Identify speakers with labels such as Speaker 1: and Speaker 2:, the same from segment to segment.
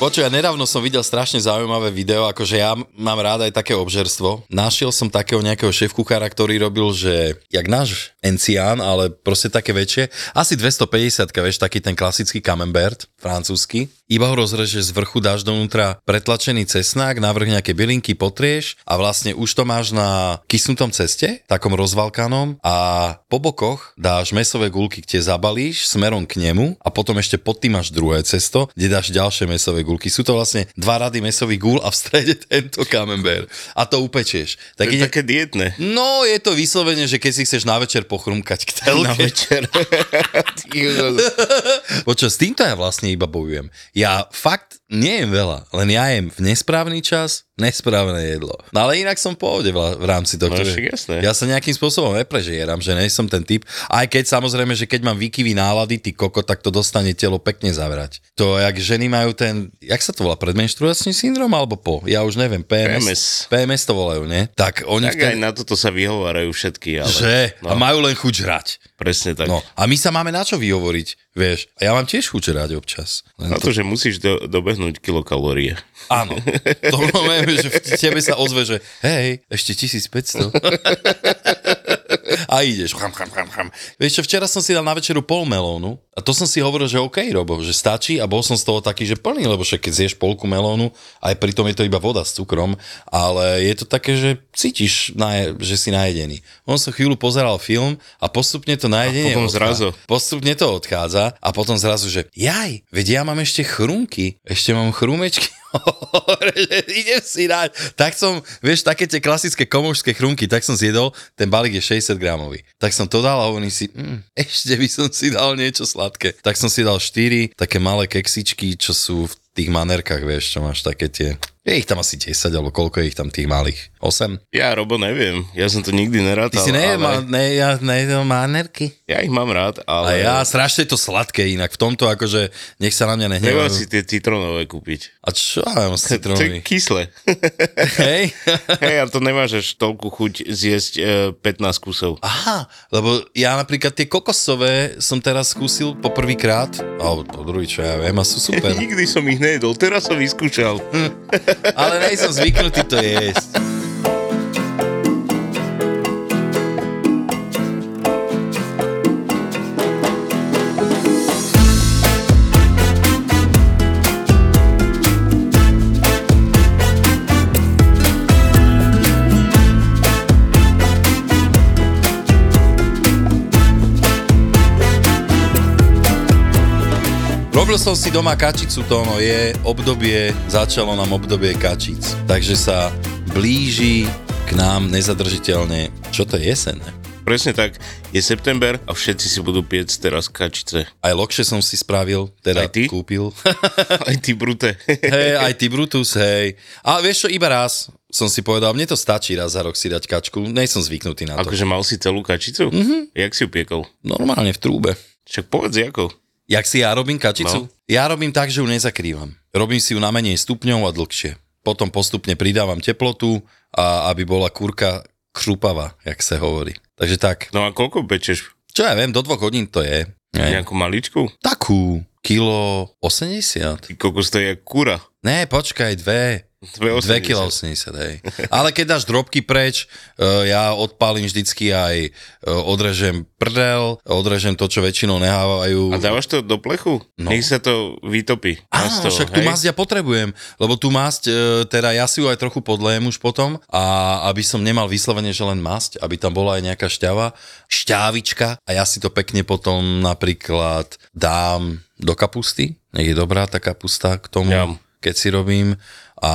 Speaker 1: Počuj, ja nedávno som videl strašne zaujímavé video, akože ja m- mám rád aj také obžerstvo. Našiel som takého nejakého šéf-kuchára, ktorý robil, že jak náš encián, ale proste také väčšie, asi 250, vieš, taký ten klasický camembert, francúzsky. Iba ho rozrežeš z vrchu, dáš donútra pretlačený cesnák, navrh nejaké bylinky, potrieš a vlastne už to máš na kysnutom ceste, takom rozvalkanom a po bokoch dáš mesové gulky, kde zabalíš smerom k nemu a potom ešte pod tým máš druhé cesto, kde dáš ďalšie mesové gulky. Sú to vlastne dva rady mesových gúl a v strede tento camembert. A to upečieš. Tak
Speaker 2: To je
Speaker 1: ide-
Speaker 2: také dietné.
Speaker 1: No, je to vyslovene, že keď si chceš na večer pochrumkať k telke.
Speaker 2: Na večer.
Speaker 1: Počas týmto ja vlastne iba bojujem. Ja fakt nejem veľa, len ja jem v nesprávny čas, nesprávne jedlo. No ale inak som v pohode vla- v rámci tohto.
Speaker 2: No,
Speaker 1: že-
Speaker 2: však jasné.
Speaker 1: Ja sa nejakým spôsobom neprežieram, že nie som ten typ. Aj keď samozrejme, že keď mám výkyvy nálady, ty koko, tak to dostane telo pekne zavrať. To, jak ženy majú ten, jak sa to volá, predmenštruačný syndrom alebo po? Ja už neviem, PMS. PMS, to volajú, ne? Tak oni
Speaker 2: tak aj na toto sa vyhovárajú všetky, ale...
Speaker 1: Že? A
Speaker 2: No,
Speaker 1: majú len chuť žrať.
Speaker 2: presne tak.
Speaker 1: No, a my sa máme na čo vyhovoriť, vieš. A ja mám tiež chuť žrať občas. Len
Speaker 2: Na to, že musíš do, dobehnúť kilokalórie.
Speaker 1: Áno. To moment, že v tebe sa ozve, že hej, ešte 1500. A ideš. Cham, cham, cham, cham. Vieš čo, včera som si dal na večeru pol melónu a to som si hovoril, že OK, Robo, že stačí a bol som z toho taký, že plný, lebo však keď zješ polku melónu, aj pritom je to iba voda s cukrom, ale je to také, že cítiš, na, že si najedený. On som chvíľu pozeral film a postupne to najedenie...
Speaker 2: potom
Speaker 1: odchá-
Speaker 2: zrazu.
Speaker 1: Postupne to odchádza a potom zrazu, že jaj, veď ja mám ešte chrumky, ešte mám chrumečky. Hore, že idem si dať. Tak som, vieš, také tie klasické komošské chrumky, tak som zjedol, ten balík je 60 gramový. Tak som to dal a hovorím si, mm, ešte by som si dal niečo sladké. Tak som si dal 4 také malé keksičky, čo sú v tých manerkách, vieš, čo máš také tie... Je ich tam asi 10, alebo koľko je ich tam tých malých? 8?
Speaker 2: Ja, Robo, neviem. Ja som to nikdy
Speaker 1: Ty
Speaker 2: nerátal.
Speaker 1: si ne, ma,
Speaker 2: No, ale...
Speaker 1: ne, ja, ne, manerky?
Speaker 2: Ja ich mám rád,
Speaker 1: A
Speaker 2: ale...
Speaker 1: ja strašne to sladké inak, v tomto akože nech sa na mňa
Speaker 2: Nemal
Speaker 1: nehnevajú.
Speaker 2: si tie citrónové kúpiť.
Speaker 1: A čo ja mám s
Speaker 2: To je
Speaker 1: citrónový?
Speaker 2: kyslé.
Speaker 1: Hej?
Speaker 2: Hej, ale to nemáš až toľku chuť zjesť e, 15 kusov.
Speaker 1: Aha, lebo ja napríklad tie kokosové som teraz skúsil poprvýkrát, alebo po druhý, čo ja viem, a sú super. Hm.
Speaker 2: Nikdy som ich nejedol, teraz som vyskúšal.
Speaker 1: Ale nej som zvyknutý to jesť. Robil som si doma kačicu, to ono je obdobie, začalo nám obdobie kačic. Takže sa blíži k nám nezadržiteľne, čo to je jesenné.
Speaker 2: Presne tak, je september a všetci si budú piec teraz kačice.
Speaker 1: Aj lokše som si spravil, teda
Speaker 2: Aj ty?
Speaker 1: kúpil.
Speaker 2: Aj ty brute.
Speaker 1: Hej, aj ty Brutus, hej. A vieš čo, iba raz som si povedal, mne to stačí raz za rok si dať kačku, nej som zvyknutý na to. Mhm.
Speaker 2: Akože mal si celú kačicu? Mm-hmm. Jak si ju piekol?
Speaker 1: Normálne v trúbe.
Speaker 2: Však povedz, ako.
Speaker 1: Jak si ja robím kačicu? No.
Speaker 2: No.
Speaker 1: Ja robím tak, že ju nezakrývam. Robím si ju na menej stupňov a dlhšie. Potom postupne pridávam teplotu, a aby bola kurka krupava, jak sa hovorí. Takže tak,
Speaker 2: No a koľko pečeš?
Speaker 1: čo ja viem, do dvoch hodín to je. Ne?
Speaker 2: Nejakú maličku?
Speaker 1: Takú, kilo 80.
Speaker 2: Ty kokos to je jak kura.
Speaker 1: Ne, počkaj, dve. 2,80 kg, hej. Ale keď dáš drobky preč, e, ja odpálim vždycky aj e, odrežem prdel, odrežem to, čo väčšinou nehávajú.
Speaker 2: A dávaš to do plechu?
Speaker 1: No.
Speaker 2: No. Nech sa to vytopí.
Speaker 1: Á,
Speaker 2: Masť to,
Speaker 1: však tú
Speaker 2: hej?
Speaker 1: masť ja potrebujem, lebo tú masť, e, teda ja si ju aj trochu podlejem už potom, a aby som nemal vyslovene, že len masť, aby tam bola aj nejaká šťava, šťávička a ja si to pekne potom napríklad dám do kapusty, nech je dobrá tá kapusta k tomu,
Speaker 2: Ňam.
Speaker 1: keď si robím a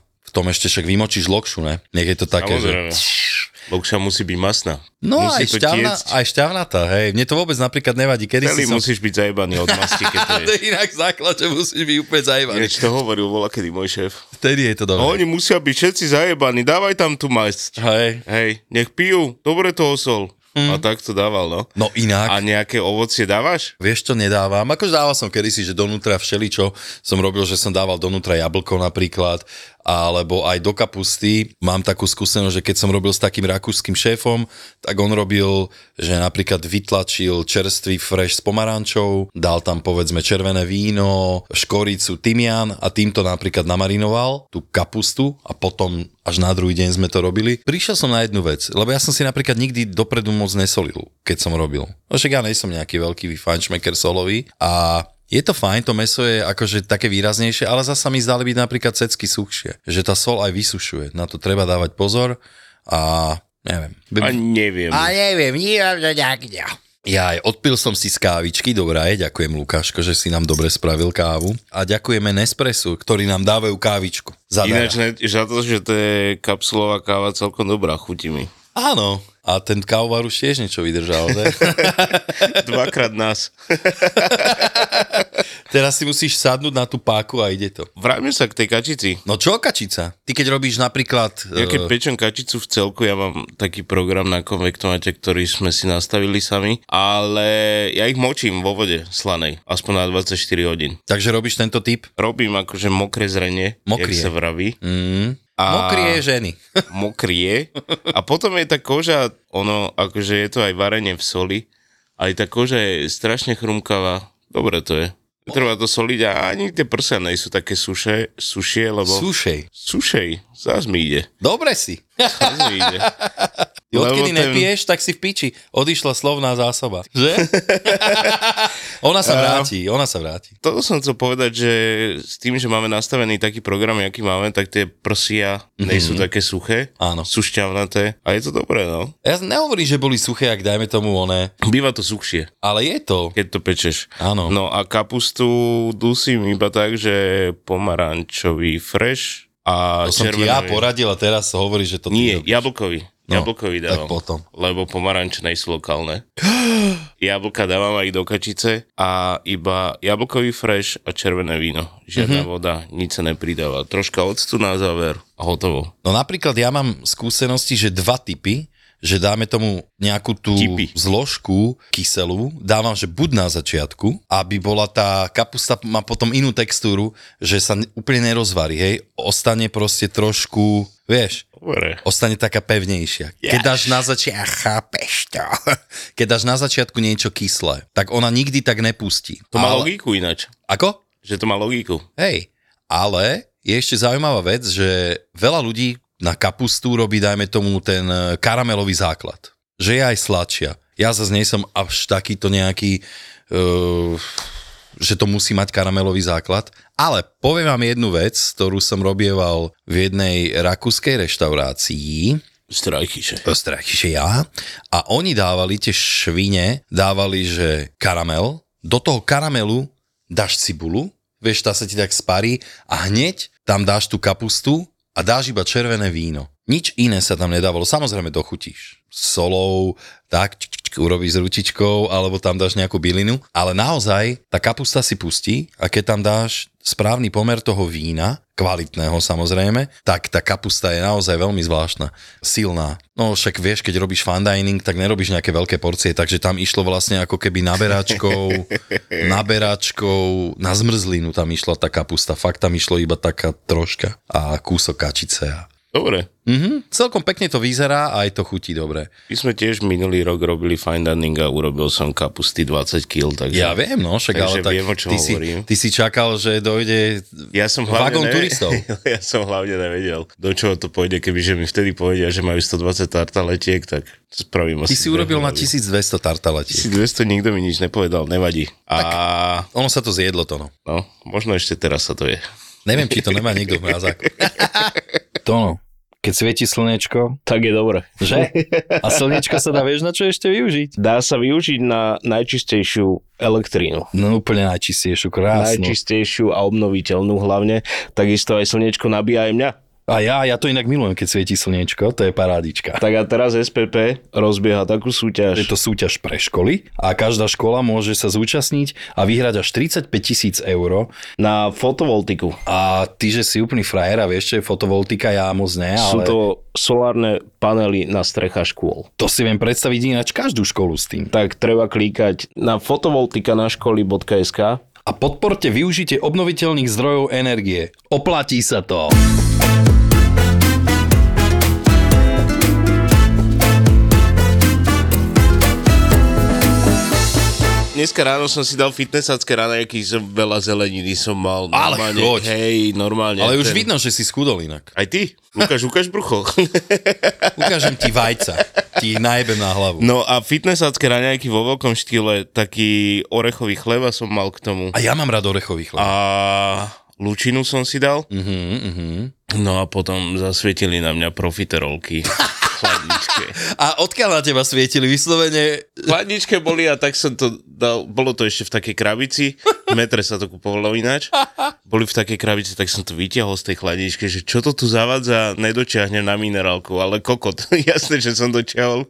Speaker 1: v tom ešte však vymočíš lokšu, ne? Nech je to také,
Speaker 2: Samozrejme.
Speaker 1: že...
Speaker 2: Lokša musí byť masná.
Speaker 1: No
Speaker 2: musí
Speaker 1: aj,
Speaker 2: to
Speaker 1: šťavna,
Speaker 2: tiecť.
Speaker 1: aj šťavnatá, hej. Mne to vôbec napríklad nevadí. Kedy si
Speaker 2: Celý
Speaker 1: som...
Speaker 2: musíš byť zajebaný od masti, keď to
Speaker 1: A to
Speaker 2: je.
Speaker 1: je inak základ, že musíš byť úplne zajebaný.
Speaker 2: Ináč to hovoril bola kedy môj šéf.
Speaker 1: Vtedy je to dobré.
Speaker 2: No, oni musia byť všetci zajebaní, dávaj tam tú masť.
Speaker 1: Hej.
Speaker 2: Hej, nech pijú, dobre to osol. A tak to dával, no.
Speaker 1: Mhm. No inak,
Speaker 2: A nejaké ovocie dávaš?
Speaker 1: vieš čo nedávam? Akože dával som kedysi, že donútra všeličo som robil, že som dával donútra jablko napríklad, alebo aj do kapusty. Mám takú skúsenosť, že keď som robil s takým rakúskym šéfom, tak on robil, že napríklad vytlačil čerstvý fresh s pomarančou, dal tam povedzme červené víno, škoricu, tymian a týmto napríklad namarinoval tú kapustu a potom až na druhý deň sme to robili. Prišiel som na jednu vec, lebo ja som si napríklad nikdy dopredu moc nesolil, keď som robil. No však ja nejsom nejaký veľký fajnšmeker solový a je to fajn, to meso je akože také výraznejšie, ale zasa mi zdali byť napríklad cecky suchšie, že tá sol aj vysušuje. Na to treba dávať pozor a neviem.
Speaker 2: A neviem.
Speaker 1: A neviem, nemám to no. nejak ja. Ja aj odpil som si z kávičky, dobrá je, ďakujem Lukáško, že si nám dobre spravil kávu. A ďakujeme Nespresu, ktorí nám dávajú kávičku. Zadaj.
Speaker 2: Ináč, ne- za to, že to je kapsulová káva celkom dobrá, chutí mi.
Speaker 1: Áno, a ten kávovar už tiež niečo vydržal, ne?
Speaker 2: Dvakrát nás.
Speaker 1: Teraz si musíš sadnúť na tú páku a ide to.
Speaker 2: Vráťme sa k tej kačici.
Speaker 1: No čo, kačica? Ty keď robíš napríklad...
Speaker 2: Ja keď
Speaker 1: eh,
Speaker 2: pečem kačicu v celku, ja mám taký program na konvektomate, ktorý sme si nastavili sami, ale ja ich močím vo vode slanej, aspoň na 24 hodín.
Speaker 1: takže robíš tento typ?
Speaker 2: Robím akože mokré zrenie,
Speaker 1: Mokrie.
Speaker 2: jak sa vraví.
Speaker 1: Mm. A... Mokrie ženy.
Speaker 2: mokrie. A potom je tá koža, ono, akože je to aj varenie v soli, aj tá koža je strašne chrumkavá. Dobre to je. Treba to soliť a ani tie prsia nie sú také suše, sušie, lebo...
Speaker 1: Sušej.
Speaker 2: Sušej, zás mi ide.
Speaker 1: Dobre si.
Speaker 2: Zás mi ide.
Speaker 1: Ty
Speaker 2: Lebo
Speaker 1: odkedy
Speaker 2: ten-
Speaker 1: nepiješ, tak si v piči. Odišla slovná zásoba. Že? ona sa vráti, ona sa vráti.
Speaker 2: Toto som chcel povedať, že s tým, že máme nastavený taký program, aký máme, tak tie prsia nie sú také suché,
Speaker 1: Áno.
Speaker 2: sú šťavnaté a je to dobré, no.
Speaker 1: Ja nehovorím, že boli suché, ak dajme tomu oné,
Speaker 2: Býva to suchšie.
Speaker 1: ale je to.
Speaker 2: keď to pečeš.
Speaker 1: Áno.
Speaker 2: No a kapustu dusím iba tak, že pomarančový fresh a
Speaker 1: To som ti
Speaker 2: červenový.
Speaker 1: ja poradil a teraz hovoríš, že to ty
Speaker 2: Nie,
Speaker 1: robíš.
Speaker 2: jablkový.
Speaker 1: No,
Speaker 2: jablkový
Speaker 1: tak
Speaker 2: dávam.
Speaker 1: potom.
Speaker 2: Lebo pomarančné sú lokálne. Jablka dávam aj do kačice a iba jablkový fresh a červené víno. Žiadna
Speaker 1: Mhm.
Speaker 2: voda, nič sa nepridáva. Troška octu na záver a hotovo.
Speaker 1: No napríklad ja mám skúsenosti, že dva typy, že dáme tomu nejakú tú
Speaker 2: Typy.
Speaker 1: zložku kyselú, dávam, že buď na začiatku, aby bola tá kapusta, má potom inú textúru, že sa ne- úplne nerozvarí, hej, ostane proste trošku, vieš,
Speaker 2: Dobre.
Speaker 1: ostane taká pevnejšia. Keď dáš na začiatku, chápeš to, keď dáš na začiatku niečo kyslé, tak ona nikdy tak nepustí.
Speaker 2: To má
Speaker 1: Ale-
Speaker 2: logiku ináč.
Speaker 1: Ako?
Speaker 2: Že to má logiku.
Speaker 1: Hej, ale je ešte zaujímavá vec, že veľa ľudí na kapustu robí, dajme tomu, ten e, karamelový základ. Že je aj sladšia. Ja zase nie som až takýto nejaký, uh, že to musí mať karamelový základ. Ale poviem vám jednu vec, ktorú som robieval v jednej rakúskej reštaurácii.
Speaker 2: Strajkyše.
Speaker 1: Ostrachyše ja. A oni dávali tie švine, dávali, že karamel, do toho karamelu dáš cibulu, vieš, tá sa ti tak sparí a hneď tam dáš tú kapustu a dáš iba červené víno. Nič iné sa tam nedávalo. Samozrejme dochutíš solou, tak čik, čik, čik, urobíš s ručičkou, alebo tam dáš nejakú bylinu. Ale naozaj tá kapusta si pustí a keď tam dáš správny pomer toho vína, kvalitného samozrejme, tak tá kapusta je naozaj veľmi zvláštna, silná. No však vieš, keď robíš fan dining, tak nerobíš nejaké veľké porcie, takže tam išlo vlastne ako keby naberačkou, naberačkou, na zmrzlinu tam išla tá kapusta, fakt tam išlo iba taká troška a kúsok kačice a
Speaker 2: Dobre.
Speaker 1: Mhm. Celkom pekne to vyzerá a aj to chutí dobre.
Speaker 2: My sme tiež minulý rok robili fine dining a urobil som kapusty 20 kg, takže...
Speaker 1: Ja viem, no, však
Speaker 2: Takže
Speaker 1: ale tak
Speaker 2: viem, o čom
Speaker 1: ty, si,
Speaker 2: hovorím.
Speaker 1: ty si čakal, že dojde
Speaker 2: Ja som hlavne
Speaker 1: vagón
Speaker 2: neve-
Speaker 1: turistov.
Speaker 2: ja som hlavne nevedel, do čoho to pôjde, kebyže mi vtedy povedia, že majú 120 tartaletiek, tak spravím
Speaker 1: Ty si urobil na 1200 tartaletí.
Speaker 2: 1200 nikto mi nič nepovedal, nevadí. A
Speaker 1: Ono sa to zjedlo to, no.
Speaker 2: no, možno ešte teraz sa to je.
Speaker 1: Neviem, či to nemá niekto v mrazáku.
Speaker 3: Tono, no. keď svieti slnečko,
Speaker 4: Tak je dobre.
Speaker 3: že? A slnečko sa dá, vieš, na čo ešte využiť?
Speaker 4: Dá sa využiť na najčistejšiu elektrínu.
Speaker 3: No úplne najčistejšiu, krásnu.
Speaker 4: Najčistejšiu a obnoviteľnú hlavne. Takisto aj slnečko nabíja aj mňa.
Speaker 3: A ja, ja to inak milujem, keď svieti slniečko, to je parádička.
Speaker 4: Tak a teraz SPP rozbieha takú
Speaker 3: Je
Speaker 4: súťaž.
Speaker 3: to súťaž pre školy a každá škola môže sa zúčastniť a vyhrať až 35 tisíc eur.
Speaker 4: Na fotovoltiku.
Speaker 3: A ty, že si úplný frajer a vieš, čo je fotovoltika, ja moc ne, ale
Speaker 4: Sú to solárne panely na strecha škôl.
Speaker 3: to si viem predstaviť ináč každú školu s tým.
Speaker 4: Tak treba klikať na fotovoltika na školy.sk
Speaker 3: A podporte využitie obnoviteľných zdrojov energie. Oplatí sa to.
Speaker 2: Dneska ráno som si dal fitnessacké ráneky, som veľa zeleniny som mal.
Speaker 1: Ale
Speaker 2: normálne,
Speaker 1: choď.
Speaker 2: Hej, normálne.
Speaker 1: Ale už vidno, že si skudol inak.
Speaker 2: Aj ty, Lukáš, ukáž brucho.
Speaker 1: Ukážem ti vajca. Ti ich najebem na hlavu.
Speaker 2: No a fitnessacké raňajky vo veľkom štýle, taký orechový chleba som mal k tomu.
Speaker 1: A ja mám rád orechový chleb.
Speaker 2: A lučinu som si dal. No a potom zasvietili na mňa profiterolky. v Chladničke.
Speaker 1: A odkiaľ na teba svietili vyslovene?
Speaker 2: V Chladničke boli a tak som to dal, bolo to ešte v takej krabici, v metre sa to kupovalo ináč, boli v takej krabici, tak som to vytiahol z tej chladničky, že čo to tu zavadza, nedočiahnem na minerálku, ale kokot, jasné, že som dočiahol.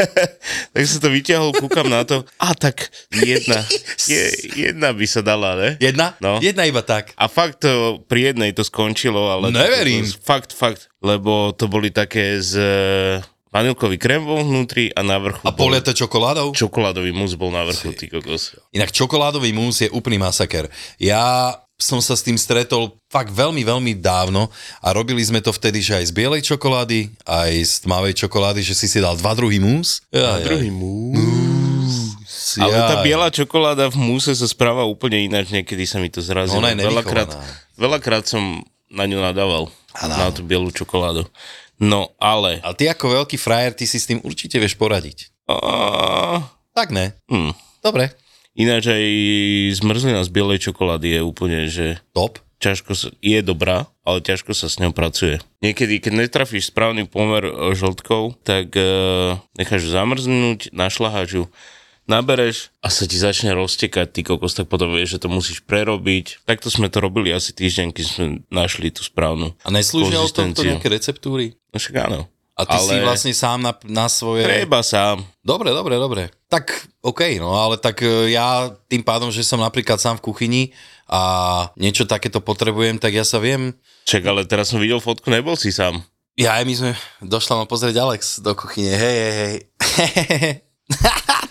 Speaker 2: tak som to vytiahol, kúkam na to, a tak jedna, je, jedna by sa dala, ne?
Speaker 1: Jedna?
Speaker 2: No.
Speaker 1: Jedna iba tak.
Speaker 2: A fakt to, pri jednej to skončilo, ale...
Speaker 1: Neverím.
Speaker 2: To, fakt, fakt, lebo to boli také z e, vanilkový krém bol vnútri a na vrchu
Speaker 1: A
Speaker 2: bol
Speaker 1: poliate čokoládou?
Speaker 2: čokoládový mus bol na vrchu, ty kokos.
Speaker 1: Inak čokoládový mús je úplný masaker. Ja som sa s tým stretol fakt veľmi, veľmi dávno a robili sme to vtedy, že aj z bielej čokolády, aj z tmavej čokolády, že si si dal dva druhý mús. Ja, druhý mús.
Speaker 2: Ale tá biela čokoláda v múse sa správa úplne ináč, niekedy sa mi to zrazilo.
Speaker 1: Ona je nevychovaná.
Speaker 2: veľakrát, veľakrát som na ňu nadával, na tú bielú čokoládu. No, ale...
Speaker 1: Ale ty ako veľký frajer, ty si s tým určite vieš poradiť.
Speaker 2: A...
Speaker 1: Tak ne?
Speaker 2: Hm.
Speaker 1: Dobre.
Speaker 2: Ináč aj zmrzlina z bielej čokolády je úplne, že...
Speaker 1: Top.
Speaker 2: ťažko sa, je dobrá, ale ťažko sa s ňou pracuje. Niekedy, keď netrafíš správny pomer e, žltkov, tak e, necháš ju zamrznúť, našľaháš ju, nabereš a sa ti začne roztekať, ty kokos, tak potom vieš, že to musíš prerobiť. Takto sme to robili asi týždeň, keď sme našli tú správnu
Speaker 1: A neslúžia o tomto
Speaker 2: konzistenciu.
Speaker 1: nejaké receptúry?
Speaker 2: No však áno.
Speaker 1: A ty ale... si
Speaker 2: Ale-
Speaker 1: vlastne sám na, na svoje...
Speaker 2: Treba sám.
Speaker 1: Dobre, dobre, dobre. Tak OK, no ale tak e, ja tým pádom, že som napríklad sám v kuchyni a niečo takéto potrebujem, tak ja sa viem.
Speaker 2: Čak, ale teraz som videl fotku, nebol si sám.
Speaker 1: Ja aj my sme, došla ma pozrieť Alex do kuchyne, hej, hej, hej.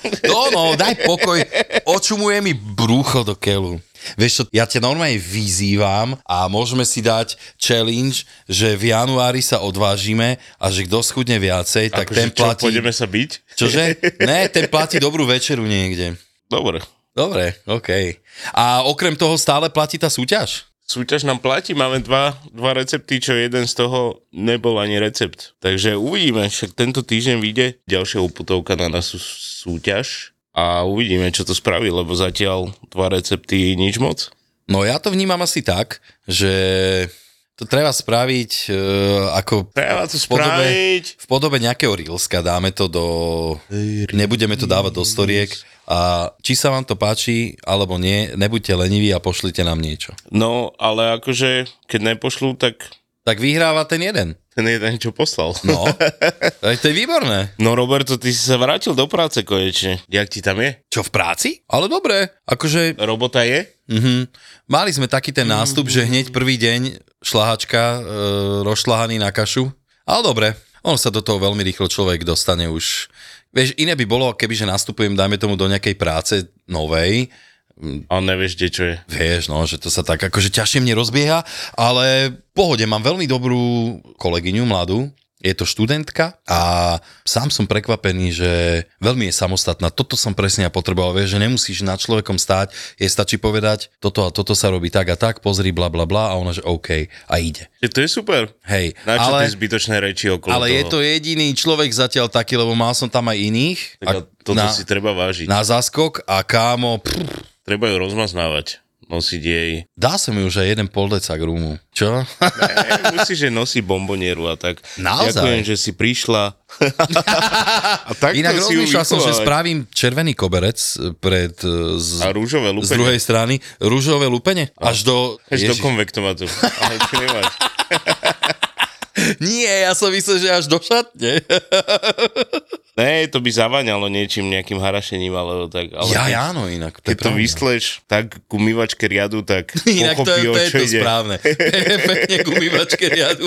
Speaker 1: No, no, daj pokoj, očumuje mi brucho do keľu. Vieš čo, ja ťa normálne vyzývam a môžeme si dať challenge, že v januári sa odvážime a že kto schudne viacej, tak
Speaker 2: Akože
Speaker 1: ten
Speaker 2: čo,
Speaker 1: platí...
Speaker 2: Pôjdeme sa byť?
Speaker 1: Čože? Ne, ten platí dobrú večeru niekde.
Speaker 2: Dobre.
Speaker 1: Dobre, OK. A okrem toho stále platí tá súťaž?
Speaker 2: Súťaž nám platí, máme dva, dva recepty, čo jeden z toho nebol ani recept. Takže uvidíme, však tento týždeň vyjde ďalšia uputovka na našu súťaž a uvidíme, čo to spraví, lebo zatiaľ dva recepty nič moc.
Speaker 1: No ja to vnímam asi tak, že to treba spraviť e, ako
Speaker 2: Treba to
Speaker 1: v podobe,
Speaker 2: spraviť.
Speaker 1: v podobe nejakého reelska, dáme to do... Nebudeme to dávať do storiek a či sa vám to páči alebo nie, nebuďte leniví a pošlite nám niečo.
Speaker 2: No, ale akože, keď nepošlú, tak
Speaker 1: Tak vyhráva ten jeden.
Speaker 2: ten jeden, čo poslal.
Speaker 1: No, tak to je výborné.
Speaker 2: No Roberto, ty si sa vrátil do práce konečne. Jak ti tam je?
Speaker 1: Čo v práci? Ale dobre, akože
Speaker 2: Robota je?
Speaker 1: Mhm. Mali sme taký ten nástup, že hneď prvý deň šlahačka e, rozšlahaný na kašu. Ale dobre, on sa do toho veľmi rýchlo človek dostane už. Vieš, iné by bolo, kebyže nastupujem, dajme tomu, do nejakej práce novej,
Speaker 2: A nevieš, kde čo je.
Speaker 1: Vieš, no, že to sa tak akože ťažšie mne rozbieha, ale v pohode, mám veľmi dobrú kolegyňu mladú, je to študentka a sám som prekvapený, že veľmi je samostatná. Toto som presne ja potreboval, vieš, že nemusíš nad človekom stáť, jej stačí povedať, toto a toto sa robí tak a tak, pozri, bla bla bla a ona, že OK a ide.
Speaker 2: Že to je super.
Speaker 1: Hej,
Speaker 2: Na čo tie
Speaker 1: ale,
Speaker 2: zbytočné reči okolo
Speaker 1: ale
Speaker 2: toho?
Speaker 1: je to jediný človek zatiaľ taký, lebo mal som tam aj iných
Speaker 2: Tak a toto
Speaker 1: na,
Speaker 2: si treba vážiť.
Speaker 1: na zaskok a kámo, pff,
Speaker 2: Treba ju rozmaznávať. Nosiť jej.
Speaker 1: dá som ju už aj jeden poldecak rúmu. Čo?
Speaker 2: Ne, Musíš, že nosí bombonieru a tak.
Speaker 1: Naozaj?
Speaker 2: Ďakujem, že si prišla. a tak
Speaker 1: Inak
Speaker 2: si ju
Speaker 1: rozmýšľal som, že
Speaker 2: vychovávať.
Speaker 1: spravím červený koberec pred, e, z,
Speaker 2: A
Speaker 1: z
Speaker 2: rúžové lupenie.
Speaker 1: druhej strany, rúžové lupenie, až do...
Speaker 2: Až do
Speaker 1: Ježiš.
Speaker 2: konvektomatu. Ale ty nemáš.
Speaker 1: Nie, ja som myslel, že až do šatne.
Speaker 2: Ne, to by zavaňalo niečím, nejakým harašením, alebo tak. Ale
Speaker 1: Ja,
Speaker 2: keď-
Speaker 1: ja, áno, inak. To
Speaker 2: Keď
Speaker 1: je
Speaker 2: to
Speaker 1: pravda.
Speaker 2: vysleš tak k umývačke riadu, tak
Speaker 1: Inak to,
Speaker 2: pochopí,
Speaker 1: je-
Speaker 2: o
Speaker 1: to je
Speaker 2: čo
Speaker 1: to
Speaker 2: ide.
Speaker 1: správne. Pekne k umývačke riadu.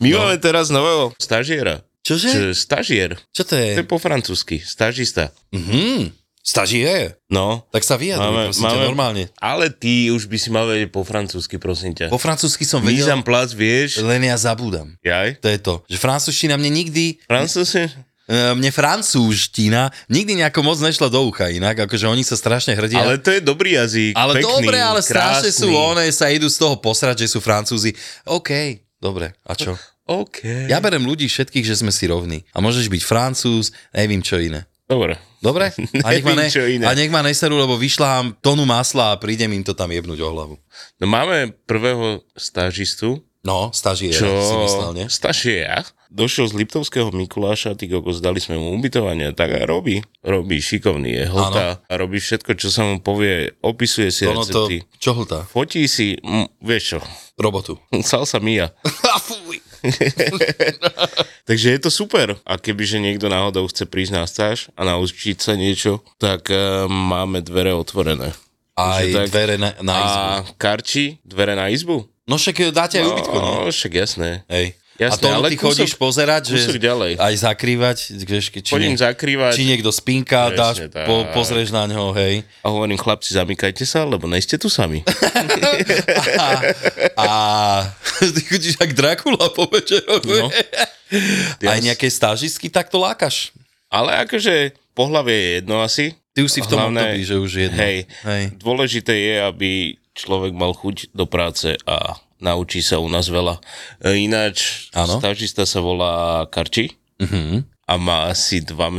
Speaker 2: My
Speaker 1: No.
Speaker 2: máme teraz nového stažiera.
Speaker 1: Čože?
Speaker 2: Čiže stažier.
Speaker 1: Čo to je?
Speaker 2: To je po francúzsky. Stažista.
Speaker 1: Mhm, stažier.
Speaker 2: No.
Speaker 1: Tak sa vyjadruj,
Speaker 2: Máme-
Speaker 1: prosím ťa,
Speaker 2: máme-
Speaker 1: normálne.
Speaker 2: Ale ty už by si mal vedieť po francúzsky, prosím ťa.
Speaker 1: Po francúzsky som
Speaker 2: Mise
Speaker 1: vedel,
Speaker 2: en place, vieš?
Speaker 1: len ja zabúdam.
Speaker 2: Jaj?
Speaker 1: To je to. Že francúzština mne nikdy E,
Speaker 2: Francúzi?
Speaker 1: mne francúzština nikdy nejako moc nešla do ucha inak, akože oni sa strašne hrdia.
Speaker 2: Ale to je dobrý jazyk.
Speaker 1: ale
Speaker 2: pekný,
Speaker 1: dobre, ale strašne
Speaker 2: krásny.
Speaker 1: sú one, sa idú z toho posrať, že sú francúzi. OK, dobre, a čo?
Speaker 2: OK.
Speaker 1: Ja berem ľudí všetkých, že sme si rovní. A môžeš byť francúz, nevím čo iné.
Speaker 2: Dobre.
Speaker 1: Dobre? A nech, ma
Speaker 2: Nevím, čo iné.
Speaker 1: a nech ma neserú, lebo vyšlám tonu masla a prídem im to tam jebnúť o hlavu.
Speaker 2: No máme prvého stážistu,
Speaker 1: No, stažier,
Speaker 2: čo
Speaker 1: si myslel, nie?
Speaker 2: stažia. Došiel z Liptovského Mikuláša, ty kokos, dali sme mu ubytovanie, tak a robí. Robí šikovný, je hltá a robí všetko, čo sa mu povie, opisuje si
Speaker 1: Ono No, to,
Speaker 2: recepty.
Speaker 1: čo hltá?
Speaker 2: Fotí si, mm, vieš čo,
Speaker 1: Robotu.
Speaker 2: salsa mia.
Speaker 1: Ha, fuj.
Speaker 2: Takže je to super. A kebyže niekto náhodou chce prísť na stáž a naučiť sa niečo, tak eh, máme dvere otvorené.
Speaker 1: Aj
Speaker 2: tak-
Speaker 1: dvere na, na izbu.
Speaker 2: A karči, dvere na izbu?
Speaker 1: No však dáte aj ubytko, no.
Speaker 2: no však jasné.
Speaker 1: Hej. a
Speaker 2: Jasné,
Speaker 1: to
Speaker 2: ale
Speaker 1: ty
Speaker 2: kúsok-
Speaker 1: chodíš pozerať, že
Speaker 2: kúsok ďalej.
Speaker 1: aj zakrývať, že, či,
Speaker 2: Chodím
Speaker 1: nie-
Speaker 2: zakrývať.
Speaker 1: či niekto spinka,
Speaker 2: Presne
Speaker 1: dáš,
Speaker 2: tak.
Speaker 1: po, pozrieš na ňoho, hej.
Speaker 2: A hovorím, chlapci, zamykajte sa, lebo nejste tu sami.
Speaker 1: A, a ty chodíš jak Dracula po večeroch. No. Aj
Speaker 2: Jas-
Speaker 1: nejaké stážistky takto lákaš.
Speaker 2: Ale akože pohlavie je jedno asi.
Speaker 1: Ty už si v tom
Speaker 2: Hlavné-
Speaker 1: období, že už jedno.
Speaker 2: Hej.
Speaker 1: hej.
Speaker 2: Dôležité je, aby človek mal chuť do práce a naučí sa u nás veľa. E, Ináč,
Speaker 1: Áno.
Speaker 2: stážista sa volá Karči
Speaker 1: Mhm.
Speaker 2: a má asi 2,16 m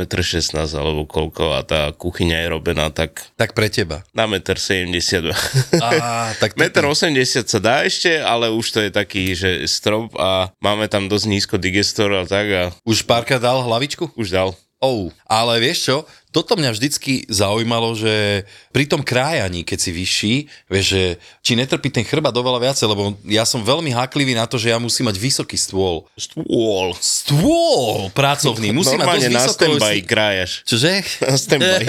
Speaker 2: alebo koľko a tá kuchyňa je robená tak
Speaker 1: Tak pre teba.
Speaker 2: na 1,70 m.
Speaker 1: Á, tak ty,
Speaker 2: Meter 80 sa dá ešte, ale už to je taký, že strop a máme tam dosť nízko digestor a tak a
Speaker 1: už párka dal hlavičku?
Speaker 2: už dal.
Speaker 1: Oh, ale vieš čo, toto mňa vždycky zaujímalo, že pri tom krájaní, keď si vyšší, vieš, že či netrpí ten chrbát oveľa viacej, lebo ja som veľmi háklivý na to, že ja musím mať vysoký stôl.
Speaker 2: Stôl.
Speaker 1: Stôl pracovný, musím mať
Speaker 2: Normálne
Speaker 1: dosť
Speaker 2: na
Speaker 1: vysoko.
Speaker 2: standby krájaš.
Speaker 1: Čože?
Speaker 2: Na standby.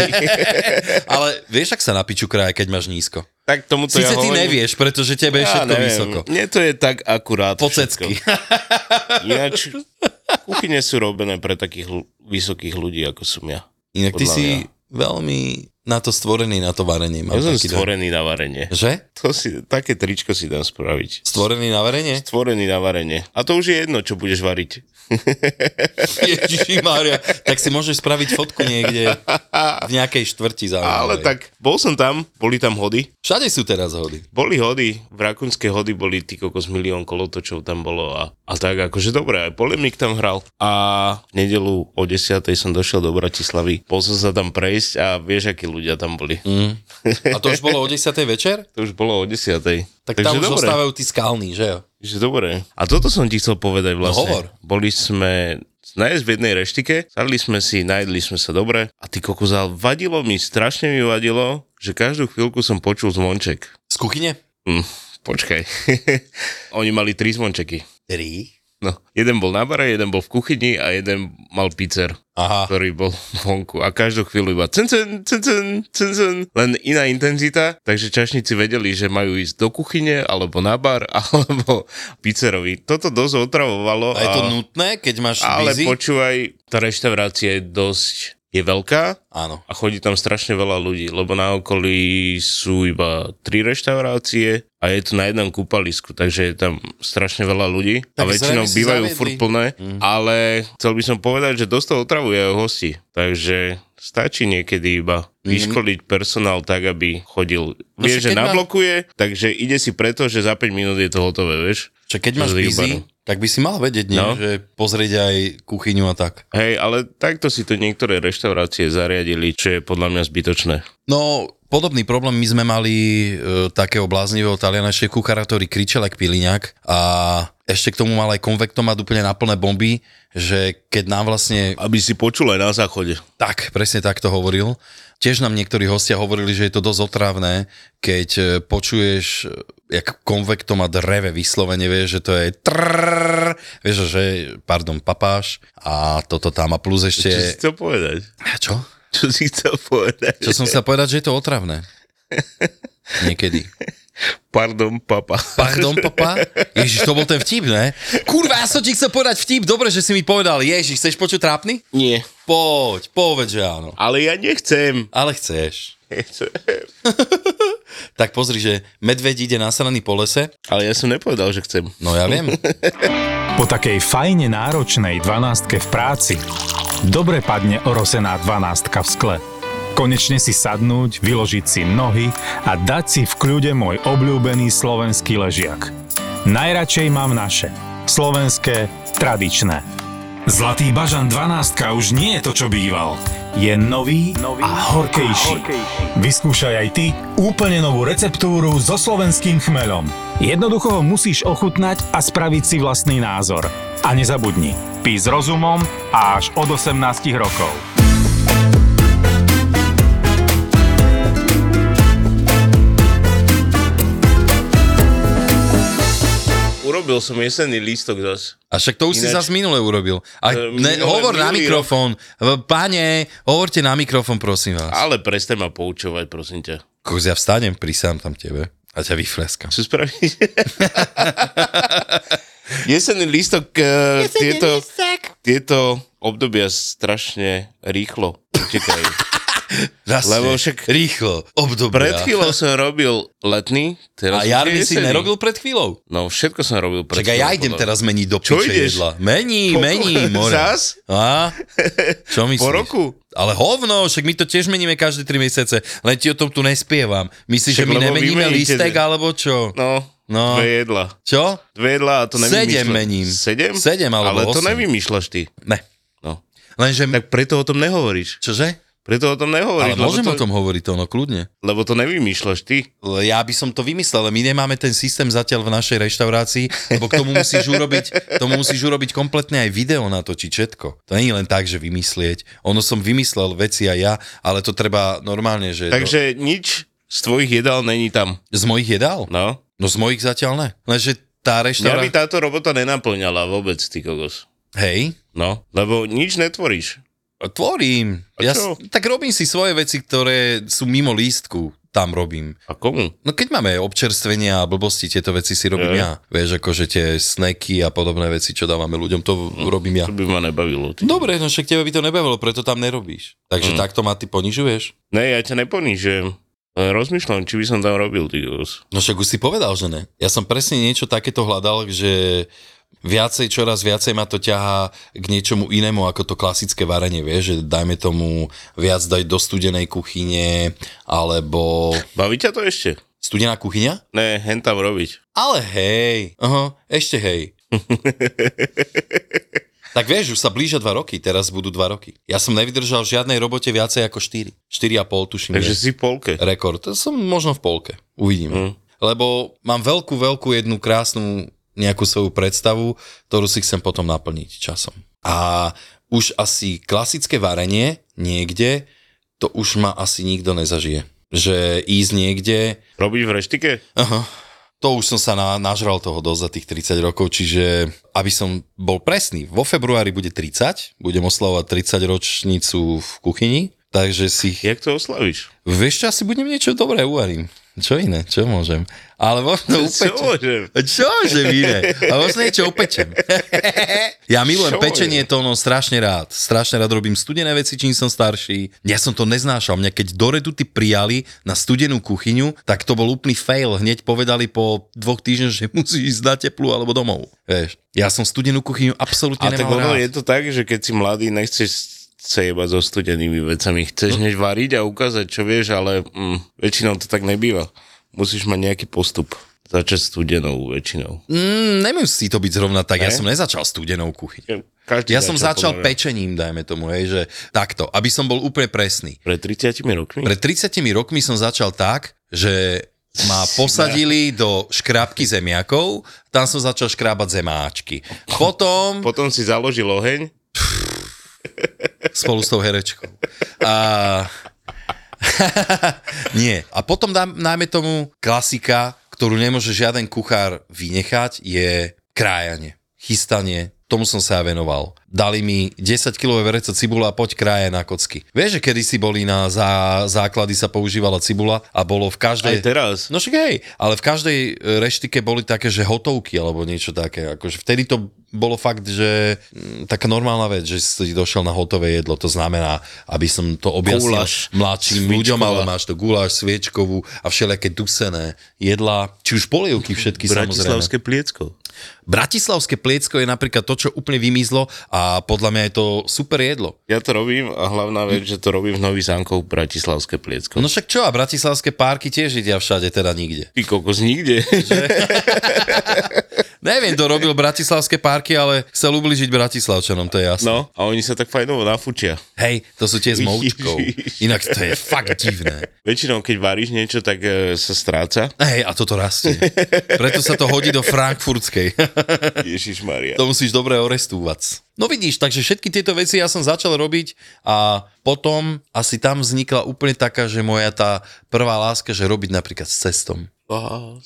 Speaker 1: ale vieš, ak sa na piču kraje, keď máš nízko.
Speaker 2: tak tomu to
Speaker 1: Sice
Speaker 2: ja
Speaker 1: ty
Speaker 2: hovorím.
Speaker 1: nevieš, pretože tebe je všetko
Speaker 2: neviem,
Speaker 1: vysoko.
Speaker 2: Mne to je tak akurát
Speaker 1: Pocecky.
Speaker 2: všetko. Ináč, kuchyne sú robené pre takých l- vysokých ľudí, ako som ja.
Speaker 1: Inak ty
Speaker 2: Podľa
Speaker 1: si
Speaker 2: mňa.
Speaker 1: veľmi na to stvorený, na to varenie.
Speaker 2: Ja
Speaker 1: Mám
Speaker 2: som
Speaker 1: taký dojem.
Speaker 2: stvorený na varenie.
Speaker 1: Že?
Speaker 2: To si, také tričko si dám spraviť.
Speaker 1: Stvorený na varenie?
Speaker 2: Stvorený na varenie. A to už je jedno, čo budeš variť.
Speaker 1: Ježiši Mária, tak si môžeš spraviť fotku niekde v nejakej štvrti zaujímavej.
Speaker 2: Ale tak, bol som tam, boli tam hody.
Speaker 1: Všade sú teraz hody.
Speaker 2: Boli hody, v rakúnskej hody boli ty kokos milión kolotočov tam bolo a, a tak akože dobre, aj polemik tam hral. A v nedelu o 10. som došiel do Bratislavy, pozrel sa tam prejsť a vieš, akí ľudia tam boli.
Speaker 1: Mm. A to už bolo o 10. večer?
Speaker 2: To už bolo o 10.
Speaker 1: Tak tam už zostávajú tí skalní, že jo?
Speaker 2: že dobre. A toto som ti chcel povedať
Speaker 1: No
Speaker 2: vlastne.
Speaker 1: hovor.
Speaker 2: Boli sme najezd v jednej reštike, sadli sme si, najedli sme sa dobre a ty kokos, ale vadilo mi, strašne mi vadilo, že každú chvíľku som počul zvonček.
Speaker 1: Z kuchyne?
Speaker 2: Mm, počkaj. Oni mali tri zvončeky.
Speaker 1: Tri.
Speaker 2: No, jeden bol na bare, jeden bol v kuchyni a jeden mal pizzer,
Speaker 1: Aha.
Speaker 2: ktorý bol vonku. A každú chvíľu iba cen, cen, cen, cen, cen, cen. Len iná intenzita, takže čašníci vedeli, že majú ísť do kuchyne, alebo na bar, alebo pizzerovi. Toto dosť otravovalo.
Speaker 1: A je to nutné, keď máš
Speaker 2: ale
Speaker 1: busy?
Speaker 2: počúvaj, tá reštaurácia je dosť je veľká
Speaker 1: Áno.
Speaker 2: a chodí tam strašne veľa ľudí, lebo na okolí sú iba tri reštaurácie a je to na jednom kúpalisku, takže je tam strašne veľa ľudí a
Speaker 1: Tak
Speaker 2: väčšinou
Speaker 1: zrejme si
Speaker 2: bývajú
Speaker 1: zaviedli. Mm.
Speaker 2: furt plné, ale chcel by som povedať, že dosť to otravuje aj hosti, takže stačí niekedy iba vyškoliť personál tak, aby chodil.
Speaker 1: Mhm. No
Speaker 2: Vie,
Speaker 1: však
Speaker 2: že
Speaker 1: keď má-
Speaker 2: nablokuje, takže ide si preto, že za 5 minút je to hotové, vieš.
Speaker 1: Čiže keď máš
Speaker 2: Zlý
Speaker 1: busy,
Speaker 2: barov.
Speaker 1: tak by si mal vedieť, nie?
Speaker 2: No.
Speaker 1: že pozrieť aj kuchyňu a tak.
Speaker 2: Hej, ale takto si to niektoré reštaurácie zariadili, čo je podľa mňa zbytočné.
Speaker 1: No, podobný problém my sme mali e, takého bláznivého taliana ešte kuchára, ktorý kričel jak piliňak a ešte k tomu mal aj konvektomat úplne na plné bomby, že keď nám vlastne,
Speaker 2: Aby si počul aj na záchode.
Speaker 1: tak, presne tak to hovoril, tiež nám niektorí hostia hovorili, že je to dosť otrávne, keď e, počuješ, e, jak konvektomat reve vyslovene, vieš, že to je trrrr, vieš, že, pardon, papáš a toto tam a plus ešte...
Speaker 2: Čo si chcel povedať?
Speaker 1: Čo?
Speaker 2: Čo si chcel povedať?
Speaker 1: Čo som sa povedať, že je to otravné. Niekedy.
Speaker 2: Pardon, papa.
Speaker 1: Pardon, papa? Ježiš, to bol ten vtip, ne? Kurva, ja som ti chcel povedať vtip. Dobre, že si mi povedal. Ježiš, chceš počuť trápny?
Speaker 2: Nie.
Speaker 1: Poď, povedz, že áno.
Speaker 2: Ale ja nechcem.
Speaker 1: Ale chceš.
Speaker 2: Nechcem.
Speaker 1: Tak pozri, že medveď ide nasraný po lese.
Speaker 2: Ale ja som nepovedal, že chcem.
Speaker 1: No ja viem.
Speaker 5: Po takej fajne náročnej 12 v práci dobre padne orosená 12 v skle. Konečne si sadnúť, vyložiť si nohy a dať si v kľude môj obľúbený slovenský ležiak. Najradšej mám naše. Slovenské, tradičné. Zlatý bažan 12 už nie je to, čo býval. Je nový, a horkejší. Vyskúšaj aj ty úplne novú receptúru so slovenským chmelom. Jednoducho ho musíš ochutnať a spraviť si vlastný názor. A nezabudni, pí s rozumom a až od 18 rokov.
Speaker 2: Urobil som jesenný lístok zas.
Speaker 1: A však to už si zase
Speaker 2: Ináč-
Speaker 1: minule urobil. A
Speaker 2: E,
Speaker 1: ne,
Speaker 2: minule,
Speaker 1: hovor na
Speaker 2: minulý
Speaker 1: mikrofón. Pane, hovorte na mikrofón, prosím vás.
Speaker 2: Ale prestaň ma poučovať, prosím ťa.
Speaker 1: Koz, ja vstanem, prisám tam tebe a ťa vyfleskam.
Speaker 2: Čo spravíš? Jesenný lístok, eh, tieto, tieto obdobia strašne rýchlo utekajú.
Speaker 1: Zase,
Speaker 2: Lebo však-
Speaker 1: Rýchlo, obdobia.
Speaker 2: Pred chvíľou som robil letný, teraz
Speaker 1: A
Speaker 2: už je
Speaker 1: jarný si
Speaker 2: jesenný.
Speaker 1: nerobil pred chvíľou?
Speaker 2: No všetko som robil pred
Speaker 1: Čakaj, ja
Speaker 2: chvíľou,
Speaker 1: idem
Speaker 2: podľa-
Speaker 1: teraz meniť do
Speaker 2: Čo
Speaker 1: piče
Speaker 2: ideš?
Speaker 1: jedla. Mení,
Speaker 2: Po-
Speaker 1: mení, more.
Speaker 2: Zas?
Speaker 1: A? Čo myslíš?
Speaker 2: Po roku?
Speaker 1: Ale hovno, však my to tiež meníme každé 3 mesiace, len ti o tom tu nespievam. Myslíš,
Speaker 2: Však
Speaker 1: že my
Speaker 2: lebo
Speaker 1: nemeníme
Speaker 2: vymeníte-
Speaker 1: listek alebo čo?
Speaker 2: No,
Speaker 1: No.
Speaker 2: dve jedla.
Speaker 1: Čo?
Speaker 2: Dve jedla a to nevymýšľaš.
Speaker 1: Sedem mením.
Speaker 2: Sedem?
Speaker 1: Sedem alebo
Speaker 2: Ale to
Speaker 1: osem.
Speaker 2: nevymýšľaš ty.
Speaker 1: Ne.
Speaker 2: No.
Speaker 1: Lenže...
Speaker 2: Tak preto o tom nehovoríš.
Speaker 1: Čože?
Speaker 2: Preto o tom nehovoríš.
Speaker 1: Ale
Speaker 2: lebo
Speaker 1: môžem o
Speaker 2: to,
Speaker 1: tom hovoriť, to ono, kľudne.
Speaker 2: Lebo to nevymýšľaš ty.
Speaker 1: Le- Ja by som to vymyslel, ale my nemáme ten systém zatiaľ v našej reštaurácii, lebo k tomu musíš urobiť, tomu musíš urobiť kompletne aj video natočiť všetko. To nie je len tak, že vymyslieť. Ono som vymyslel veci aj ja, ale to treba normálne, že
Speaker 2: Takže nič z tvojich jedál není tam.
Speaker 1: do, z mojich jedál. No. no
Speaker 2: No.
Speaker 1: z mojich zatiaľ ne. Lenže tá
Speaker 2: Mňa by
Speaker 1: reštaurácia...
Speaker 2: táto robota nenaplňala vôbec, ty kokos.
Speaker 1: Hej,
Speaker 2: No. Lebo nič netvoríš.
Speaker 1: tvorím.
Speaker 2: A
Speaker 1: Ja,
Speaker 2: čo?
Speaker 1: s- tak robím si svoje veci, ktoré sú mimo lístku. Tam robím.
Speaker 2: A komu?
Speaker 1: No keď máme občerstvenia a blbosti, tieto veci si robím
Speaker 2: Hej.
Speaker 1: ja. Vieš, akože tie snacky a podobné veci, čo dávame ľuďom, to robím ja.
Speaker 2: To by ma nebavilo. Ty.
Speaker 1: Dobre, no však tebe by to nebavilo, preto tam nerobíš. Takže mm. takto ma ty ponižuješ?
Speaker 2: Ne, ja ťa neponižujem. Len rozmýšľam, či by som tam robil, ty kokos.
Speaker 1: No však už si povedal, že ne. Ja som presne niečo takéto hľadal, že viacej, čoraz viacej ma to ťahá k niečomu inému ako to klasické varenie, vieš, že dajme tomu viac daj do studenej kuchyne, alebo
Speaker 2: Baví ťa to ešte?
Speaker 1: studená kuchyňa?
Speaker 2: Ne, hen tam robiť.
Speaker 1: Ale hej, aha, ešte hej. tak vieš, už sa blížia dva roky, teraz budú dva roky. Ja som nevydržal v žiadnej robote viacej ako 4. 4 a pol, tuším.
Speaker 2: Takže
Speaker 1: je
Speaker 2: si Mhm. v polke.
Speaker 1: Rekord. To som možno v polke. Uvidíme. Mm. Lebo mám veľkú, veľkú jednu krásnu nejakú svoju predstavu, ktorú si chcem potom naplniť časom. A už asi klasické varenie niekde, to už ma asi nikto nezažije. Že ísť niekde,
Speaker 2: Robíš v reštike?
Speaker 1: Aha. To už som sa na, nažral toho dosť za tých 30 rokov, čiže aby som bol presný, vo februári bude 30, budem oslavovať 30 ročnicu v kuchyni, takže si...
Speaker 2: Jak to oslavíš?
Speaker 1: Vieš čo, asi budem niečo dobré uvarím. Čo iné? Čo môžem? Ale možno
Speaker 2: Čo
Speaker 1: upečem.
Speaker 2: môžem?
Speaker 1: Čo že iné? Ale možno vlastne niečo upečem. ja milujem
Speaker 2: Čo
Speaker 1: pečenie to no, strašne rád. Strašne rád robím studené veci, čím som starší. Ja som to neznášal. Mňa keď do Reduty prijali na studenú kuchyňu, tak to bol úplný fail. Hneď povedali po dvoch týždňoch, že musíš ísť na teplú alebo domov. Vieš, ja som studenú kuchyňu absolútne
Speaker 2: A tak
Speaker 1: nemal
Speaker 2: ono
Speaker 1: rád.
Speaker 2: je to tak, že keď si mladý, nechceš sa jebať so studenými vecami.
Speaker 1: Hm.
Speaker 2: Chceš než variť a ukázať, čo vieš, ale mm, väčšinou to tak nebýva. Musíš mať nejaký postup. Začať studenou väčšinou.
Speaker 1: Mm, nemusí to byť zrovna tak. Ja som nezačal studenou kuchyňou.
Speaker 2: Každý
Speaker 1: Ja som začal
Speaker 2: podľa mňa.
Speaker 1: pečením, dajme tomu, hej, že takto, aby som bol úplne presný.
Speaker 2: Pred 30 rokmi?
Speaker 1: Pred 30 rokmi som začal tak, že ma posadili do škrábky zemiakov, tam som začal škrábať zemáčky. Potom
Speaker 2: Potom si založil oheň?
Speaker 1: spolu s tou herečkou. A... Nie. A potom dám, najmä tomu klasika, ktorú nemôže žiaden kuchár vynechať, je krájanie, chystanie. Tomu som sa ja venoval. Dali mi 10 kg vereco cibula a poď kráje na kocky. Vieš, že kedy si boli na zá, základy sa používala cibula a bolo v
Speaker 2: Aj
Speaker 1: každej...
Speaker 2: teraz.
Speaker 1: No však hej, ale v každej e, reštike boli také, že hotovky alebo niečo také. Akože vtedy to bolo fakt, že mm, taká normálna vec, že si došiel na hotové jedlo, to znamená, aby som to objasnil
Speaker 2: Guláš.
Speaker 1: mladším
Speaker 2: Sviečková.
Speaker 1: ľuďom, ale máš to guláš, sviečkovú a všelijaké dusené jedlá, či už polievky všetky samozrejme.
Speaker 2: Bratislavské pliecko.
Speaker 1: Bratislavské pliecko je napríklad to, čo úplne vymizlo a podľa mňa je to super jedlo.
Speaker 2: Ja to robím a hlavná
Speaker 1: Hm.
Speaker 2: vec, že to robím v Nových zámkov Bratislavské pliecko.
Speaker 1: No však čo, a bratislavské párky tiež jedia všade, teda nikde.
Speaker 2: Ty kokos nikde.
Speaker 1: Neviem, kto robil bratislavské párky, ale chcel ubližiť bratislavčanom, to je jasné.
Speaker 2: No, a oni sa tak fajnovo nafučia.
Speaker 1: Hej, to sú tie s moučkou. Inak to je fakt divné.
Speaker 2: Väčšinou, keď varíš niečo, tak e, sa stráca.
Speaker 1: Hej, a toto rastie. Preto sa to hodí do frankfurtskej.
Speaker 2: Ježiš Maria.
Speaker 1: to musíš dobre orestúvať. No vidíš, takže všetky tieto veci ja som začal robiť a potom asi tam vznikla úplne taká, že moja tá prvá láska, že robiť napríklad s cestom.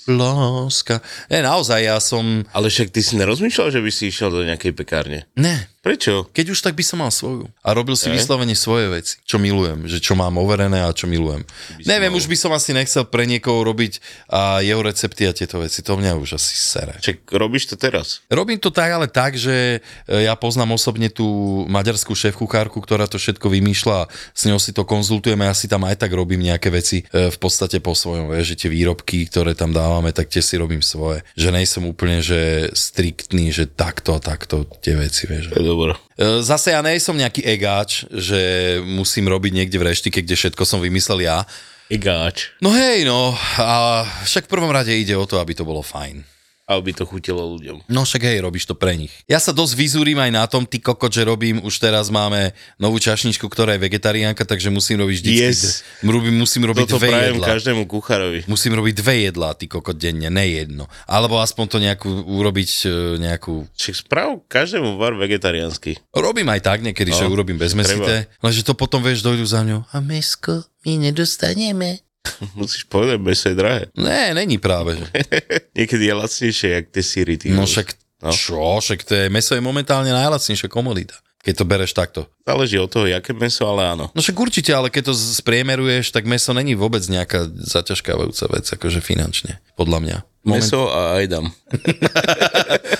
Speaker 1: Láska. Ne, naozaj ja som...
Speaker 2: Ale však ty si nerozmýšľal, že by si išiel do nejakej pekárne.
Speaker 1: Ne,
Speaker 2: Prečo?
Speaker 1: Keď už tak by som mal svoju. A robil si vyslovene svoje veci, čo milujem, že čo mám overené a čo milujem. Neviem, už by som asi nechcel pre niekoho robiť a jeho recepty a tieto veci, to mňa už asi sere.
Speaker 2: Však robíš to teraz.
Speaker 1: Robím to tak, ale tak, že e, ja poznám osobne tú maďarskú šéf-kuchárku, ktorá to všetko vymýšľa, s ňou si to konzultujeme, ja si tam aj tak robím nejaké veci e, v podstate po svojom, vieš, že tie výrobky, ktoré tam dávame, tak tie si robím svoje. Že nejsem úplne, že striktný, že takto a takto tie veci, vieš.
Speaker 2: To je dobré.
Speaker 1: E, Zase ja nejsom nejaký egáč, že musím robiť niekde v reštike, kde všetko som vymyslel ja.
Speaker 2: Igáč.
Speaker 1: No hej, no, a však v prvom rade ide o to, aby to bolo fajn.
Speaker 2: Aby to chutilo ľuďom.
Speaker 1: No však hej, robíš to pre nich. Ja sa dosť vyzúrim aj na tom, ty koko, že robím, už teraz máme novú čašničku, ktorá je vegetariánka, takže musím robiť vždycky,
Speaker 2: Yes.
Speaker 1: d- robím, musím robiť
Speaker 2: Toto
Speaker 1: dve
Speaker 2: prajem
Speaker 1: jedlá.
Speaker 2: každému kuchárovi.
Speaker 1: Musím robiť dve jedlá, ty koko, denne, ne jedno. Alebo aspoň to nejakú, urobiť e, nejakú
Speaker 2: Však správ každému var vegetariánsky.
Speaker 1: Robím aj tak niekedy, no, že urobím bezmesité, lenže to potom, vieš, dojdú za mňou. A mesko my nedostaneme.
Speaker 2: Musíš povedať, meso je drahé.
Speaker 1: Ne, není práve. Že.
Speaker 2: Niekedy je lacnejšie, jak tie síry. Ty
Speaker 1: No
Speaker 2: vieš.
Speaker 1: však,
Speaker 2: No.
Speaker 1: čo? Však to je, meso je momentálne najlacnejšia komodita, keď to bereš takto.
Speaker 2: Záleží od toho, jaké meso, ale áno.
Speaker 1: No však určite, ale keď to z- spriemeruješ, tak meso není vôbec nejaká zaťažkávajúca vec, akože finančne, podľa mňa. Moment.
Speaker 2: Meso a aj dám.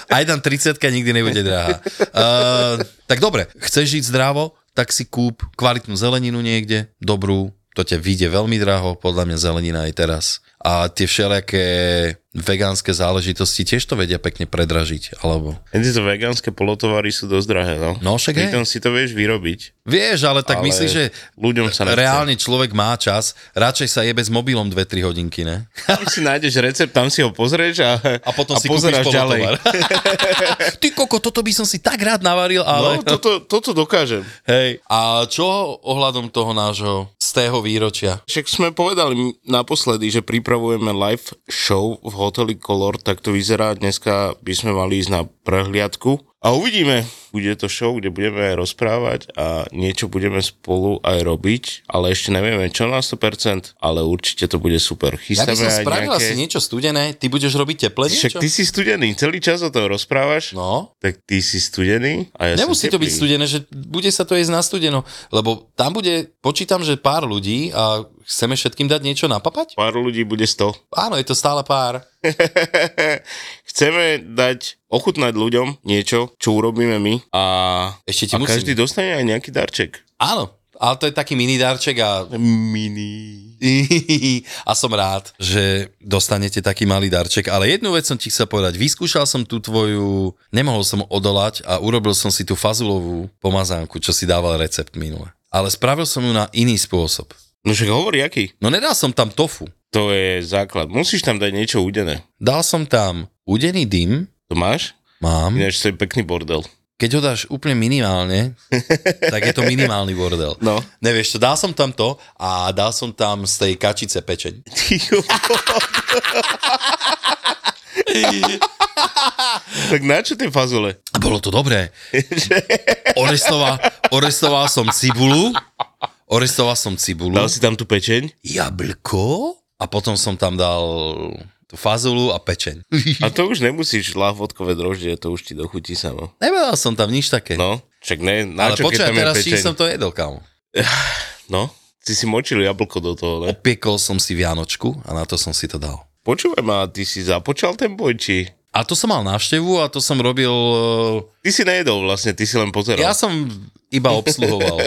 Speaker 1: Aj tam 30 nikdy nebude drahá. Uh, tak dobre, chceš žiť zdravo, tak si kúp kvalitnú zeleninu niekde, dobrú, to ťa vyjde veľmi draho, podľa mňa zelenina aj teraz. A tie všelijaké vegánske záležitosti tiež to vedia pekne predražiť, alebo...
Speaker 2: Tieto vegánske polotovary sú dosť drahé, no.
Speaker 1: No, však hej.
Speaker 2: Pritom si to vieš vyrobiť.
Speaker 1: Vieš, ale tak ale
Speaker 2: Ale
Speaker 1: myslíš, že
Speaker 2: ľuďom sa nechce.
Speaker 1: reálne človek má čas, radšej sa jebe s mobilom 2-3 hodinky, ne?
Speaker 2: Tam si nájdeš recept, tam si ho pozrieš a,
Speaker 1: A potom si
Speaker 2: pozeráš
Speaker 1: kúpiš
Speaker 2: ďalej.
Speaker 1: polotovar. Ty koko, toto by som si tak rád navaril, ale...
Speaker 2: No, toto, toto dokážem.
Speaker 1: Hej. A čo ohľadom toho nášho z tého výročia?
Speaker 2: Však sme povedali m- naposledy, že pripravujeme live show v hoteli Color, tak to vyzerá. Dneska by sme mali ísť na prehliadku a uvidíme. Bude to show, kde budeme rozprávať a niečo budeme spolu aj robiť, ale ešte nevieme čo na 100%, ale určite to bude super.
Speaker 1: Ja by
Speaker 2: Chystáme
Speaker 1: som
Speaker 2: aj
Speaker 1: spravil
Speaker 2: nejaké...
Speaker 1: asi niečo studené, ty budeš robiť teple niečo?
Speaker 2: Však ty si studený, celý čas o tom rozprávaš.
Speaker 1: No,
Speaker 2: Tak ty si studený a ja
Speaker 1: nemusí to
Speaker 2: som
Speaker 1: byť
Speaker 2: teplý.
Speaker 1: studené, že bude sa to jesť na studeno, lebo tam bude, počítam, že pár ľudí a Chceme všetkým dať niečo napapať?
Speaker 2: Pár ľudí bude 100.
Speaker 1: Áno, je to stále pár.
Speaker 2: Chceme dať ochutnať ľuďom niečo, čo urobíme my a,
Speaker 1: Ešte ti
Speaker 2: a
Speaker 1: musím.
Speaker 2: každý dostane aj nejaký darček.
Speaker 1: Áno, ale to je taký mini darček a...
Speaker 2: Mini.
Speaker 1: a som rád, že dostanete taký malý darček. Ale jednu vec som ti chcel povedať. Vyskúšal som tú tvoju... Nemohol som odolať a urobil som si tú fazulovú pomazánku, čo si dával recept minule. Ale spravil som ju na iný spôsob.
Speaker 2: No však hovorí, aký.
Speaker 1: No nedal som tam tofu.
Speaker 2: To je základ. Musíš tam dať niečo udené.
Speaker 1: Dal som tam udený dym,
Speaker 2: To máš?
Speaker 1: mám.
Speaker 2: Ináč to je pekný bordel.
Speaker 1: Keď ho dáš úplne minimálne, tak je to minimálny bordel.
Speaker 2: No.
Speaker 1: Nevieš čo, dal som tam to a dal som tam z tej kačice pečeň.
Speaker 2: tak na čo tie fazole?
Speaker 1: A bolo to dobré. Orestoval, orestoval som cibulu, orestoval som cibulu,
Speaker 2: Dal si tam tú pečeň?
Speaker 1: jablko a potom som tam dal tú fazulu a pečeň.
Speaker 2: A to už nemusíš lahvodkové droždie, to už ti dochutí samo.
Speaker 1: Nevedal som tam nič také.
Speaker 2: No, však ne, na
Speaker 1: Ale
Speaker 2: čo, keď
Speaker 1: počkaj,
Speaker 2: tam je
Speaker 1: teraz či
Speaker 2: pečeň?
Speaker 1: som to jedol, kámo.
Speaker 2: No, ty si močil jablko do toho, ne?
Speaker 1: Opiekol som si Vianočku a na to som si to dal.
Speaker 2: Počúvaj ma, ty si započal ten boj, či?
Speaker 1: A to som mal návštevu a to som robil... eh,
Speaker 2: Ty si nejedol vlastne, ty si len pozeral.
Speaker 1: Ja som iba obsluhoval.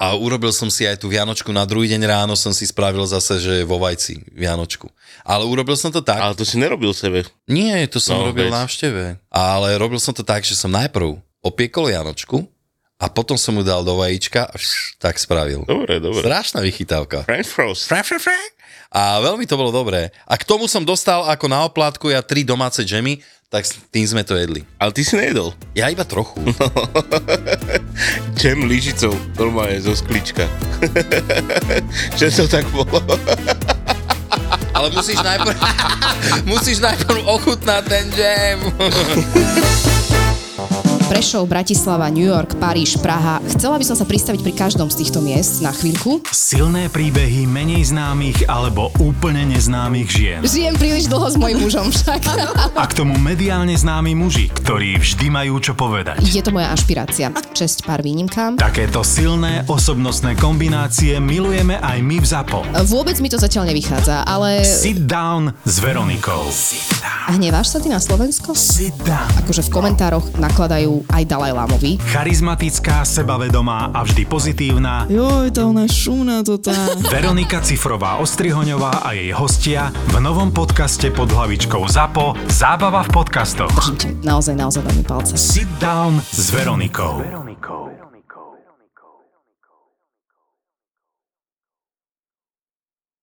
Speaker 1: A urobil som si aj tú Vianočku. Na druhý deň ráno som si spravil zase, že vo vajci Vianočku. Ale urobil som to tak.
Speaker 2: Ale to si nerobil sebe.
Speaker 1: Nie, to som
Speaker 2: No,
Speaker 1: robil
Speaker 2: veď.
Speaker 1: návšteve. Ale robil som to tak, že som najprv opiekol Vianočku a potom som mu dal do vajíčka a šš, tak spravil.
Speaker 2: Dobre, No, dobre.
Speaker 1: Strašná vychytávka.
Speaker 2: French frost.
Speaker 1: Fra, fra, fra. A veľmi to bolo dobré. A k tomu som dostal ako na oplátku ja tri domáce džemy, tak s tým sme to jedli.
Speaker 2: Ale ty si nejedol.
Speaker 1: Ja iba trochu.
Speaker 2: Džem lyžicou, normálne zo sklička. Že to tak bolo.
Speaker 1: Ale musíš najprv, musíš najprv ochutnať ten džem.
Speaker 6: Prešov, Bratislava, New York, Paríž, Praha. Chcela by som sa pristaviť pri každom z týchto miest na chvíľku.
Speaker 5: Silné príbehy menej známych alebo úplne neznámych žien.
Speaker 6: Žijem príliš dlho s mojim mužom však.
Speaker 5: A k tomu mediálne známi muži, ktorí vždy majú čo povedať.
Speaker 6: Je to moja ašpirácia. Česť pár výnimkám.
Speaker 5: Takéto silné osobnostné kombinácie milujeme aj my v ZAPO.
Speaker 6: Vôbec mi to zatiaľ nevychádza, ale
Speaker 5: Sit down s Veronikou. Sit down.
Speaker 6: hneváš sa ty na Slovensko?
Speaker 5: Sit down.
Speaker 6: Akože v komentároch nakladajú aj Dalaj Lámovi.
Speaker 5: Charizmatická, sebavedomá a vždy pozitívna
Speaker 7: Joj, tá ona šúna to tá.
Speaker 5: Veronika Cifrová Ostrihoňová a jej hostia v novom podcaste pod hlavičkou ZAPO Zábava v podcastoch.
Speaker 6: Naozaj, naozaj veľmi palce.
Speaker 5: Sit down s Veronikou.